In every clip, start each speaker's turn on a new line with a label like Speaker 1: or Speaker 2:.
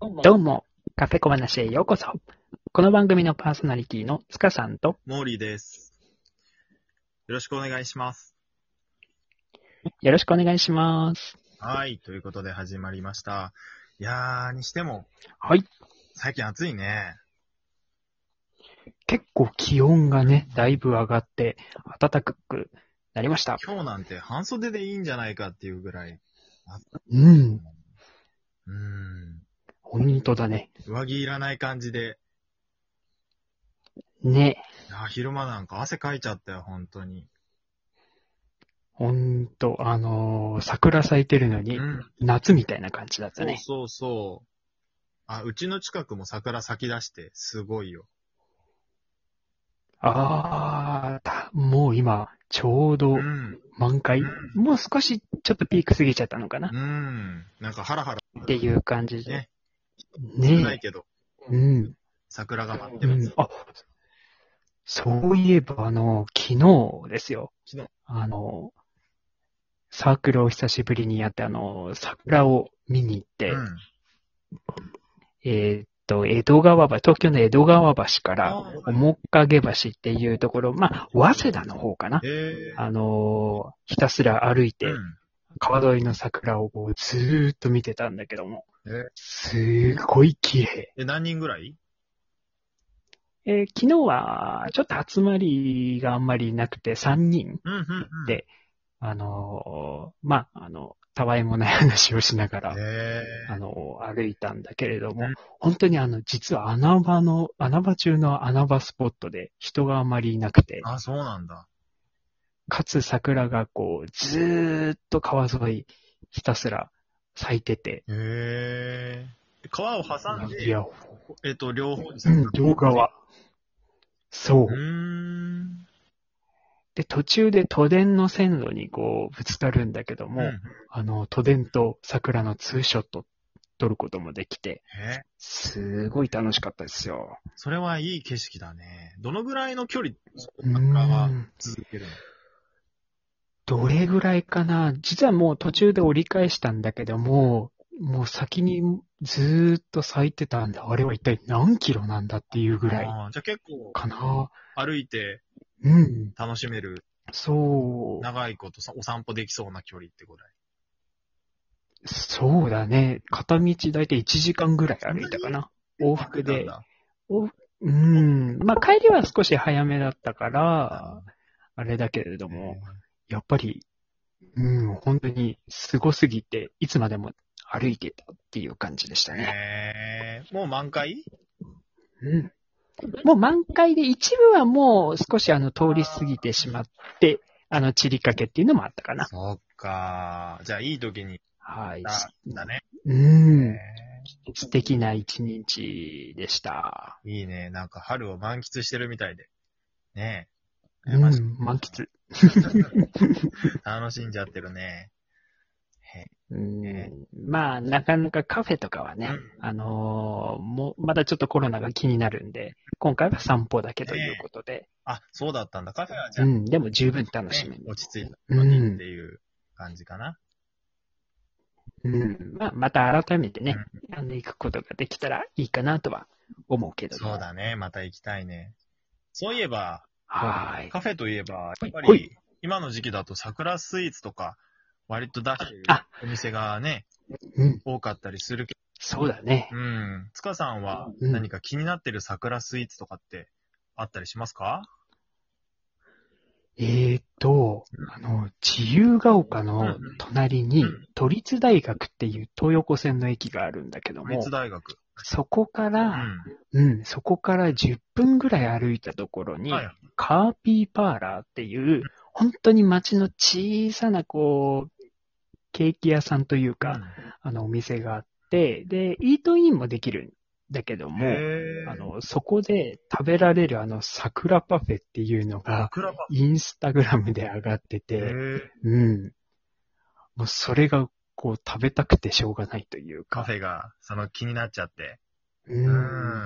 Speaker 1: どうも
Speaker 2: どうも、カフェ小話へようこそ。この番組のパーソナリティの塚さんと、
Speaker 3: モーリーです。よろしくお願いします。
Speaker 2: よろしくお願いします。
Speaker 3: はい、ということで始まりました。いやー、にしても、
Speaker 2: はい。
Speaker 3: 最近暑いね。
Speaker 2: 結構気温がね、だいぶ上がって、暖かくなりました。
Speaker 3: 今日なんて半袖でいいんじゃないかっていうぐらい。
Speaker 2: うん、
Speaker 3: うーん。
Speaker 2: 本当だね。
Speaker 3: 上着いらない感じで。
Speaker 2: ね、
Speaker 3: いやー昼間なんか汗かいちゃったよ、本当に。
Speaker 2: ほんと、あのー桜咲いてるの
Speaker 3: う
Speaker 2: に、
Speaker 3: ん。
Speaker 2: 夏みたいな感じだった
Speaker 3: そう
Speaker 2: ね。
Speaker 3: そうそう。あ、うちの近くも桜咲き出して、すごいよ。
Speaker 2: あーた、もう今、ちょうど
Speaker 3: うん。
Speaker 2: 満開
Speaker 3: う。ん。
Speaker 2: もう少し、ちょっとピーク過ぎちゃったのかな
Speaker 3: うん。なんかハラハラ
Speaker 2: っていう感じで
Speaker 3: ね。な
Speaker 2: ね
Speaker 3: いけど、
Speaker 2: うん。
Speaker 3: 桜が待って
Speaker 2: う
Speaker 3: ます。
Speaker 2: ん、あ、そういえば、あの、昨日ですよ。
Speaker 3: 昨日
Speaker 2: あの、サークルを久しぶりにやって、あの、桜を見に行って、
Speaker 3: うん。
Speaker 2: えーっと、江戸川橋、東京の江戸川橋から、
Speaker 3: あー
Speaker 2: 面影橋っていうところ、まあ、早稲田の方かな。
Speaker 3: えー。
Speaker 2: あの、ひたすら歩いて、
Speaker 3: うん。
Speaker 2: 川沿いの桜をこうずーっと見てたんだけども
Speaker 3: え、
Speaker 2: すごい綺麗。
Speaker 3: え、何人ぐらい
Speaker 2: えー昨日は、ちょっと集まりがあんまりなくて、3人
Speaker 3: うんうんうん。
Speaker 2: であのーまあ、あの、たわいもない話をしながら、
Speaker 3: へ
Speaker 2: あのー歩いたんだけれども
Speaker 3: うん、
Speaker 2: 本当にあの、実は穴場の、穴場中の穴場スポットで人があまりいなくて
Speaker 3: ー、あ、そうなんだ。
Speaker 2: かつ桜がこう、ずーっと川沿い、ひたすら咲いてて、
Speaker 3: へえ。川を挟ん
Speaker 2: い
Speaker 3: で、
Speaker 2: や、
Speaker 3: えっと、両方に
Speaker 2: うん、両側。そう
Speaker 3: う。ーん。
Speaker 2: で、途中で都電の線路にこう、ぶつかるんだけども、
Speaker 3: うん
Speaker 2: あの、都電と桜のツーショット撮ることもできて、
Speaker 3: へ
Speaker 2: すごい楽しかったですよ。
Speaker 3: え。それはいい景色だね。どのぐらいの距離、
Speaker 2: う
Speaker 3: 桜は
Speaker 2: ん
Speaker 3: 続けるの
Speaker 2: どれぐらいかな実はもう途中で折り返したんだけども、もう先にずーっと咲いてたんだ。あれは一体何キロなんだっていうぐらい
Speaker 3: あーじゃあ結構、
Speaker 2: かな。
Speaker 3: 歩いて
Speaker 2: うん。
Speaker 3: 楽しめる、
Speaker 2: そう。
Speaker 3: 長いことさお散歩できそうな距離ってぐらい。
Speaker 2: そうだね。片道だいたい1時間ぐらい歩いたかな。往復
Speaker 3: なん
Speaker 2: で。
Speaker 3: だ
Speaker 2: うん。まあ帰りは少し早めだったか
Speaker 3: あ
Speaker 2: ら、あれだけれども。やっぱり、うん、本当にすごすぎて、いつまでも歩いてたっていう感じでしたね。
Speaker 3: へえ。もう満開
Speaker 2: うん。もう満開で、一部はもう少しあの通り過ぎてしまって、あの散りかけっていうのもあったかな。
Speaker 3: そっか。じゃあいい時に
Speaker 2: はい。
Speaker 3: 行ったんだね。
Speaker 2: うん。
Speaker 3: へー
Speaker 2: 素敵な一日でした。
Speaker 3: いいね。なんか春を満喫してるみたいで。ねえ。
Speaker 2: う
Speaker 3: マジ
Speaker 2: ん、満喫。
Speaker 3: 楽しんじゃってるね。
Speaker 2: うん、まあ、なかなかカフェとかはね、あのーもう、まだちょっとコロナが気になるんで、今回は散歩だけということで、
Speaker 3: あ、そうだったんだ。カフェはじゃ
Speaker 2: う
Speaker 3: あ、ね
Speaker 2: ん、でも十分楽しめる。
Speaker 3: 落ち着いた
Speaker 2: う
Speaker 3: って
Speaker 2: ん。
Speaker 3: いう感じかな。
Speaker 2: うん。まあ、また改めてね、あの、行くことができたらいいかなとは思うけども。
Speaker 3: そうだね。また行きたいね。そういえば、
Speaker 2: はーい。
Speaker 3: カフェといえば、やっぱ
Speaker 2: ほい
Speaker 3: り、今の時期だと桜スイーツとか、割と出してる
Speaker 2: あ
Speaker 3: お店がね、
Speaker 2: うん。
Speaker 3: 多かったりするけ
Speaker 2: そうだね
Speaker 3: ど、。うん。つかさんは
Speaker 2: うん
Speaker 3: 何か気になってる桜スイーツとかってあったりしますか
Speaker 2: えーっと、あの、自由が丘の隣に
Speaker 3: うん、
Speaker 2: 都立大学っていう東横線の駅があるんだけど
Speaker 3: 都
Speaker 2: も
Speaker 3: 立、大学。
Speaker 2: そこか
Speaker 3: う
Speaker 2: ら、
Speaker 3: ん。
Speaker 2: うん、そこから10分ぐらい歩いたところに、
Speaker 3: はい
Speaker 2: カーピーパーラーっていう、本当に街の小さな、こう、ケーキ屋さんというか、あの、お店があって、で、イートインもできるんだけど
Speaker 3: う
Speaker 2: も、
Speaker 3: ん、
Speaker 2: あ
Speaker 3: あの、
Speaker 2: の、そこで食べられるあの、桜パフェっていうのが、
Speaker 3: 桜パ
Speaker 2: インスタグラムで上がって
Speaker 3: フ
Speaker 2: て、
Speaker 3: ェ。
Speaker 2: うん。もうそれが、こう、食べたくてしょうがないという
Speaker 3: カ
Speaker 2: か
Speaker 3: フ、ェが、その気になっちゃって。う
Speaker 2: うん。
Speaker 3: ん。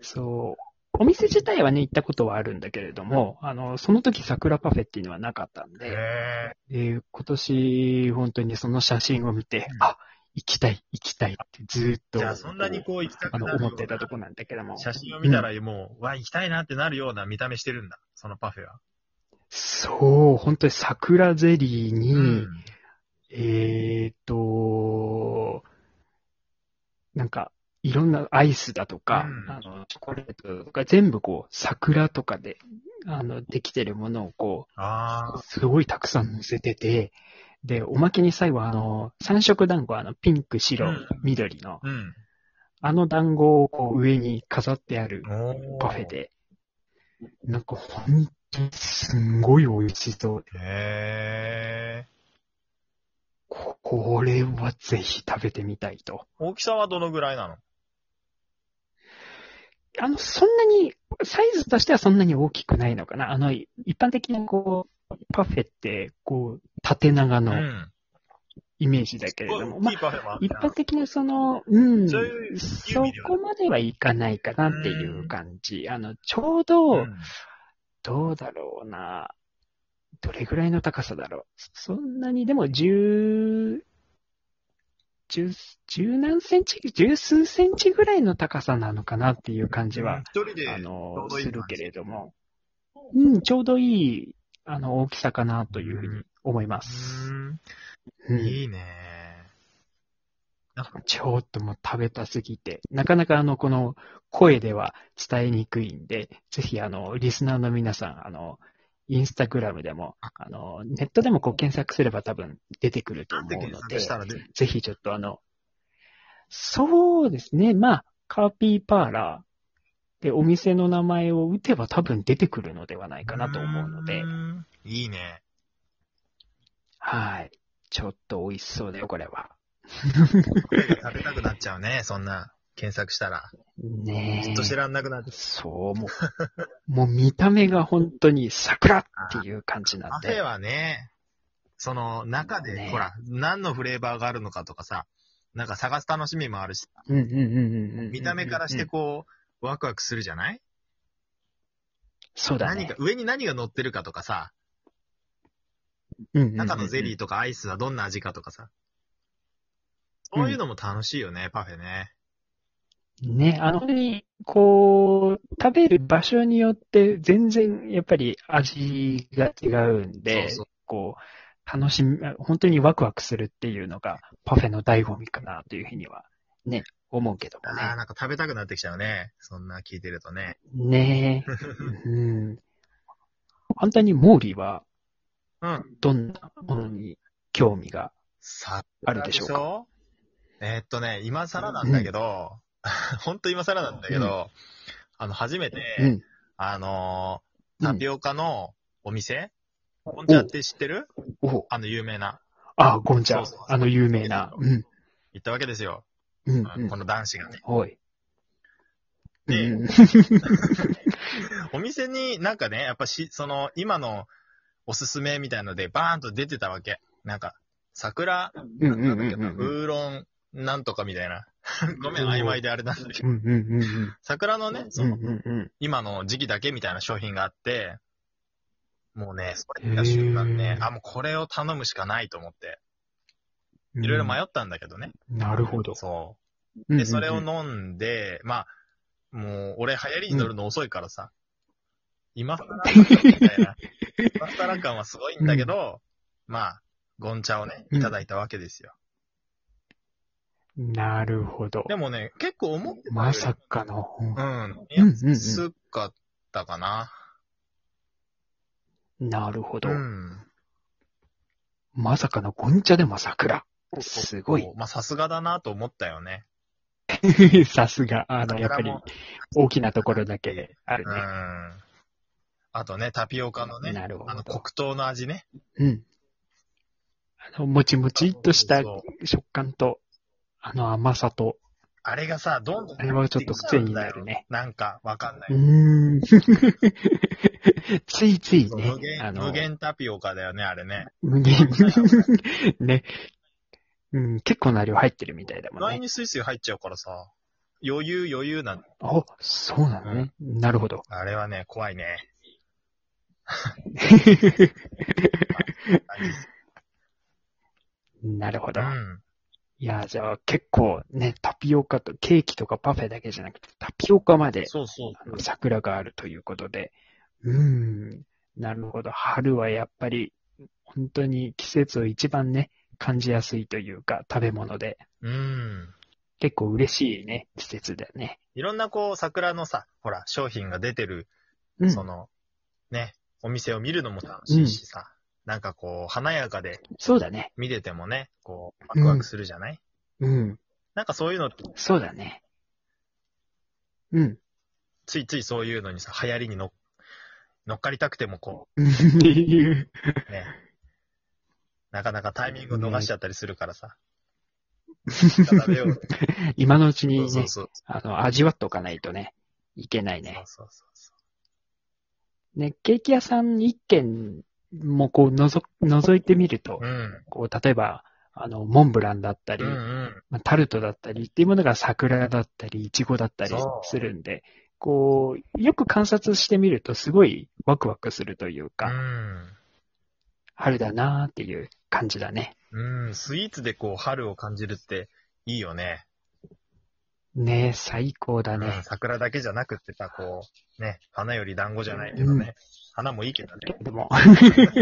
Speaker 2: そう。お店自体はね、行ったことはあるんだけれども、あの、その時桜パフェっていうのはなかったんで、
Speaker 3: へ
Speaker 2: で今年、本当にその写真を見て、あ、行きたい、行きたいってずーっと。
Speaker 3: じゃあ、そんなにこう行きた
Speaker 2: あ
Speaker 3: く
Speaker 2: の
Speaker 3: なるような
Speaker 2: 思ってたとこなんだけども。
Speaker 3: 写真を見たらもう、わ、行きたいなってなるような見た目してるんだ。そのパフェは。
Speaker 2: そう、本当に桜ゼリーに、
Speaker 3: うん
Speaker 2: えーっと、なんか、いろんなアイスだとか、
Speaker 3: うん
Speaker 2: あの、チョコレートとか、全部こう、桜とかで、あの、できてるものをこ
Speaker 3: あ
Speaker 2: う、すごいたくさん乗せてて、で、おまけに最後、あの、三色団子、あの、ピンク、白
Speaker 3: うん、
Speaker 2: 緑の、
Speaker 3: あ。うん。
Speaker 2: あの団子をこう上に飾ってある
Speaker 3: おー
Speaker 2: パフェ。で、なんか本当にすんごい美味しそうで、
Speaker 3: へえ。
Speaker 2: ここれはぜひ食べてみたいと。
Speaker 3: 大きさはどのぐらいなの
Speaker 2: あの、そんなに、サイズとしてはそんなに大きくないのかな。あの、い一般的にこう、パフェって、こう、縦長
Speaker 3: う
Speaker 2: の
Speaker 3: ん。
Speaker 2: イメージだけれども、
Speaker 3: 大
Speaker 2: ま
Speaker 3: き
Speaker 2: あ、
Speaker 3: いパフェもある
Speaker 2: 一
Speaker 3: な
Speaker 2: 般的にその、うん、
Speaker 3: そういう
Speaker 2: そこまではいかないかなっていう感じ。あの、ちょうど、
Speaker 3: うん
Speaker 2: どうだろうな。どれぐらいの高さだろう。そんなに、でも、十、十、十何センチ、十数センチぐらいの高さなのかなっていう感じ
Speaker 3: うん
Speaker 2: は、
Speaker 3: 一人で、
Speaker 2: あ
Speaker 3: ちょ
Speaker 2: の
Speaker 3: う、どいい
Speaker 2: す
Speaker 3: 感じ
Speaker 2: るけれども。うん、ちょうどいい、あの、大きさかなというふうに思います。う
Speaker 3: うん
Speaker 2: ん。
Speaker 3: いいね。
Speaker 2: ちょっともう食べたすぎて、なかなかあの、この声では伝えにくいんで、ぜひあの、リスナーの皆さん、あの、インスタグラムでも、あの、ネットでもこう検索すれば多分出てくると
Speaker 3: なんて
Speaker 2: 思うの
Speaker 3: 検索
Speaker 2: で
Speaker 3: し、たら出る
Speaker 2: ぜひちょっとあの、そうですね、まあ、カーピーパーラーでお店の名前を打てば多分出てくるのではないかなと思うので
Speaker 3: う、んいいね。
Speaker 2: はい。ちょっと美味しそうだよ、これは。
Speaker 3: パフェが食べたくなっちゃうね、そんな。検索したら。
Speaker 2: ねえ。
Speaker 3: ずっと知らんなくなっちゃ
Speaker 2: そう、 もう、もう見た目が本当に桜っていう感じ
Speaker 3: う。
Speaker 2: な
Speaker 3: パ
Speaker 2: ん
Speaker 3: フェ
Speaker 2: で。
Speaker 3: はね、その中で、
Speaker 2: ね
Speaker 3: ほら、何のフレーバーがあるのかとかさ、なんか探す楽しみもあるし、
Speaker 2: うんうんうんうんうんうん。
Speaker 3: 見た目からしてこう、ワクワクするじゃない
Speaker 2: そうだ
Speaker 3: 何
Speaker 2: ね
Speaker 3: か、。上に何が乗ってるかとかさ、中のゼリー
Speaker 2: ー。
Speaker 3: とかアイスはどんな味かとかさ。そういうのも楽しいよね、パフェね。
Speaker 2: ね、あの、本当に、こう、食べる場所によって全然やっぱり味が違うんで、
Speaker 3: そうそう
Speaker 2: こう、楽しみ、本当にワクワクするっていうのがパフェの醍醐味かなというふうにはね、思うけどもね。
Speaker 3: ああ、なんか食べたくなってきちゃうね。そんな聞いてるとね。
Speaker 2: ねえ。うん。本当にモーリーは、
Speaker 3: うん。
Speaker 2: どんなものに興味が
Speaker 3: さ
Speaker 2: あるでしょうか。
Speaker 3: ょえーっとね、今更なんだけど、 ほんと今更なんだけど、
Speaker 2: う
Speaker 3: あの、初めて、
Speaker 2: うん。
Speaker 3: あのー
Speaker 2: う
Speaker 3: タ
Speaker 2: ん
Speaker 3: ピオカのお店、ゴンチャって知ってる
Speaker 2: お
Speaker 3: あの、有名な。
Speaker 2: あ、ゴンちゃん
Speaker 3: そうそう。
Speaker 2: あの有名な。うん。
Speaker 3: 行ったわけですよ。
Speaker 2: うん。
Speaker 3: あ
Speaker 2: う
Speaker 3: の
Speaker 2: ん
Speaker 3: こ。の男子がね。
Speaker 2: おい。
Speaker 3: で
Speaker 2: うん
Speaker 3: お店になんかね、やっぱし、その、今のおすすめみたいので、バーンと出てたわけ。なんか、桜、
Speaker 2: うん
Speaker 3: なん
Speaker 2: うんう
Speaker 3: だっ
Speaker 2: ん
Speaker 3: け
Speaker 2: うんう
Speaker 3: な、
Speaker 2: ん。
Speaker 3: ウーロン、なんとかみたいな。 ごめん、曖昧であれなんだけど。
Speaker 2: うんうんうんうん。
Speaker 3: 桜のね、そ
Speaker 2: うん
Speaker 3: の、
Speaker 2: うんうん。
Speaker 3: 今の時期だけみたいな商品があって、もうね、それ見た瞬間ね
Speaker 2: へ、ー
Speaker 3: あ、もうこれを頼むしかないと思って、いろいろ迷ったんだけどね。
Speaker 2: なるほど。
Speaker 3: そ
Speaker 2: うん
Speaker 3: う。
Speaker 2: うんう
Speaker 3: で、
Speaker 2: ん
Speaker 3: それを飲んで、まあ、もう、俺流行りに乗るの遅いからさ、今更感みたいな、 今更感はすごいんだけど、まあ、ゴン茶をね、いただいたわけですよ。
Speaker 2: なるほど。
Speaker 3: でもね、結構思ってたより
Speaker 2: まさかの。
Speaker 3: うん。
Speaker 2: うんうん
Speaker 3: 安
Speaker 2: うん
Speaker 3: かったかな。
Speaker 2: なるほど
Speaker 3: う。ん。
Speaker 2: まさかのゴンチャでも桜。 すごい。
Speaker 3: まあ、さすがだなと思ったよね。
Speaker 2: さすが。あの、やっぱり
Speaker 3: 桜も
Speaker 2: 大きなところだけある
Speaker 3: う
Speaker 2: ね。
Speaker 3: ん。あとね、タピオカのね、
Speaker 2: なるほ
Speaker 3: あの、
Speaker 2: ど
Speaker 3: 黒。糖の味ね。
Speaker 2: うん。あの、もちもちっとした
Speaker 3: そうそう
Speaker 2: 食感と、あの甘さと、
Speaker 3: あれがさ、どんどん。
Speaker 2: あれはちょっと癖になるね。
Speaker 3: なんか、わかんな
Speaker 2: う
Speaker 3: い。
Speaker 2: ーん。ついついね
Speaker 3: 無、
Speaker 2: あ
Speaker 3: 限、
Speaker 2: の、
Speaker 3: 無限タピオカだよね、あれね。
Speaker 2: 無限ね。うん、結構な量入ってるみたいだ
Speaker 3: 意
Speaker 2: もん
Speaker 3: 外
Speaker 2: ね。
Speaker 3: にスイスイ入っちゃうからさ、余裕余裕なん
Speaker 2: あ、そうなのね。なるほ ど。
Speaker 3: あれはね、怖 いね。
Speaker 2: なるほど。
Speaker 3: うん。
Speaker 2: いいや、じゃあ結構ね、タピオカと、ケーキとかパフェだけじゃなくて、タピオカまで
Speaker 3: そうそう。
Speaker 2: あの桜があるということで。うーん、なるほど。春はやっぱり、本当に季節を一番ね、感じやすいというか、食べ物で。
Speaker 3: うん。
Speaker 2: 結構嬉しいね、季節だね。
Speaker 3: いろんなこう、桜のさ、ほら、商品が出てる、
Speaker 2: うん。
Speaker 3: その、ね、お店を見るのも楽しいしさ、なんかこう、華やかで
Speaker 2: そうだね。
Speaker 3: 見ててもね、こう、ワクワクするじゃない、
Speaker 2: うん。
Speaker 3: なんかそういうの、
Speaker 2: そうだね。うん。
Speaker 3: ついついそういうのにさ、流行りに乗っ乗っかりたくてもこ
Speaker 2: っていう。
Speaker 3: う、ね、なかなかタイミング逃しちゃったりするからさ、食べよう。
Speaker 2: 今のうちに
Speaker 3: そ
Speaker 2: ね、
Speaker 3: うそうそう。
Speaker 2: あの、味わっとかないとね、いけない
Speaker 3: そう
Speaker 2: ね。
Speaker 3: そうそうそう。
Speaker 2: ね、ケーキ屋さん一軒もこう、のぞ、覗いてみると、
Speaker 3: うん。
Speaker 2: こう、例えば、あの、モンブランだったり、
Speaker 3: うんうん。
Speaker 2: まあ、タルトだったりっていうものが桜だったり、イチゴだったり
Speaker 3: そう
Speaker 2: するんで、こう、よく観察してみるとすごいワクワクするというか、春だなーっていう感じだね。
Speaker 3: うん。うん。スイーツでこう、春を感じるって、いいよね。
Speaker 2: ねえ、最高だ
Speaker 3: う
Speaker 2: ね
Speaker 3: ん。。桜だけじゃなくってさ、こう、ね、花より団子じゃないけどね。花もいいけどね。
Speaker 2: でも、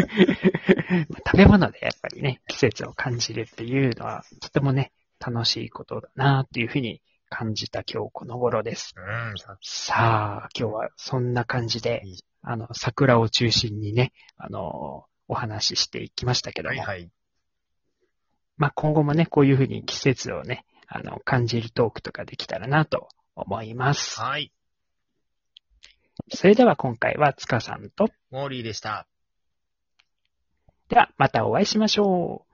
Speaker 2: 食べ物でやっぱりね、季節を感じるっていうのは、とてもね、楽しいことだなっていうふうに感じた今日この頃です。
Speaker 3: うん。
Speaker 2: さあ、今日はそんな感じで
Speaker 3: いい、
Speaker 2: あの、桜を中心にね、あの、お話ししていきましたけども、
Speaker 3: はいはい。
Speaker 2: まあ今後もね、こういうふうに季節をね、あの、感じるトークとかできたらなと思います。
Speaker 3: はい。
Speaker 2: それでは今回は塚さんと、
Speaker 3: モーリーでした。
Speaker 2: ではまたお会いしましょう。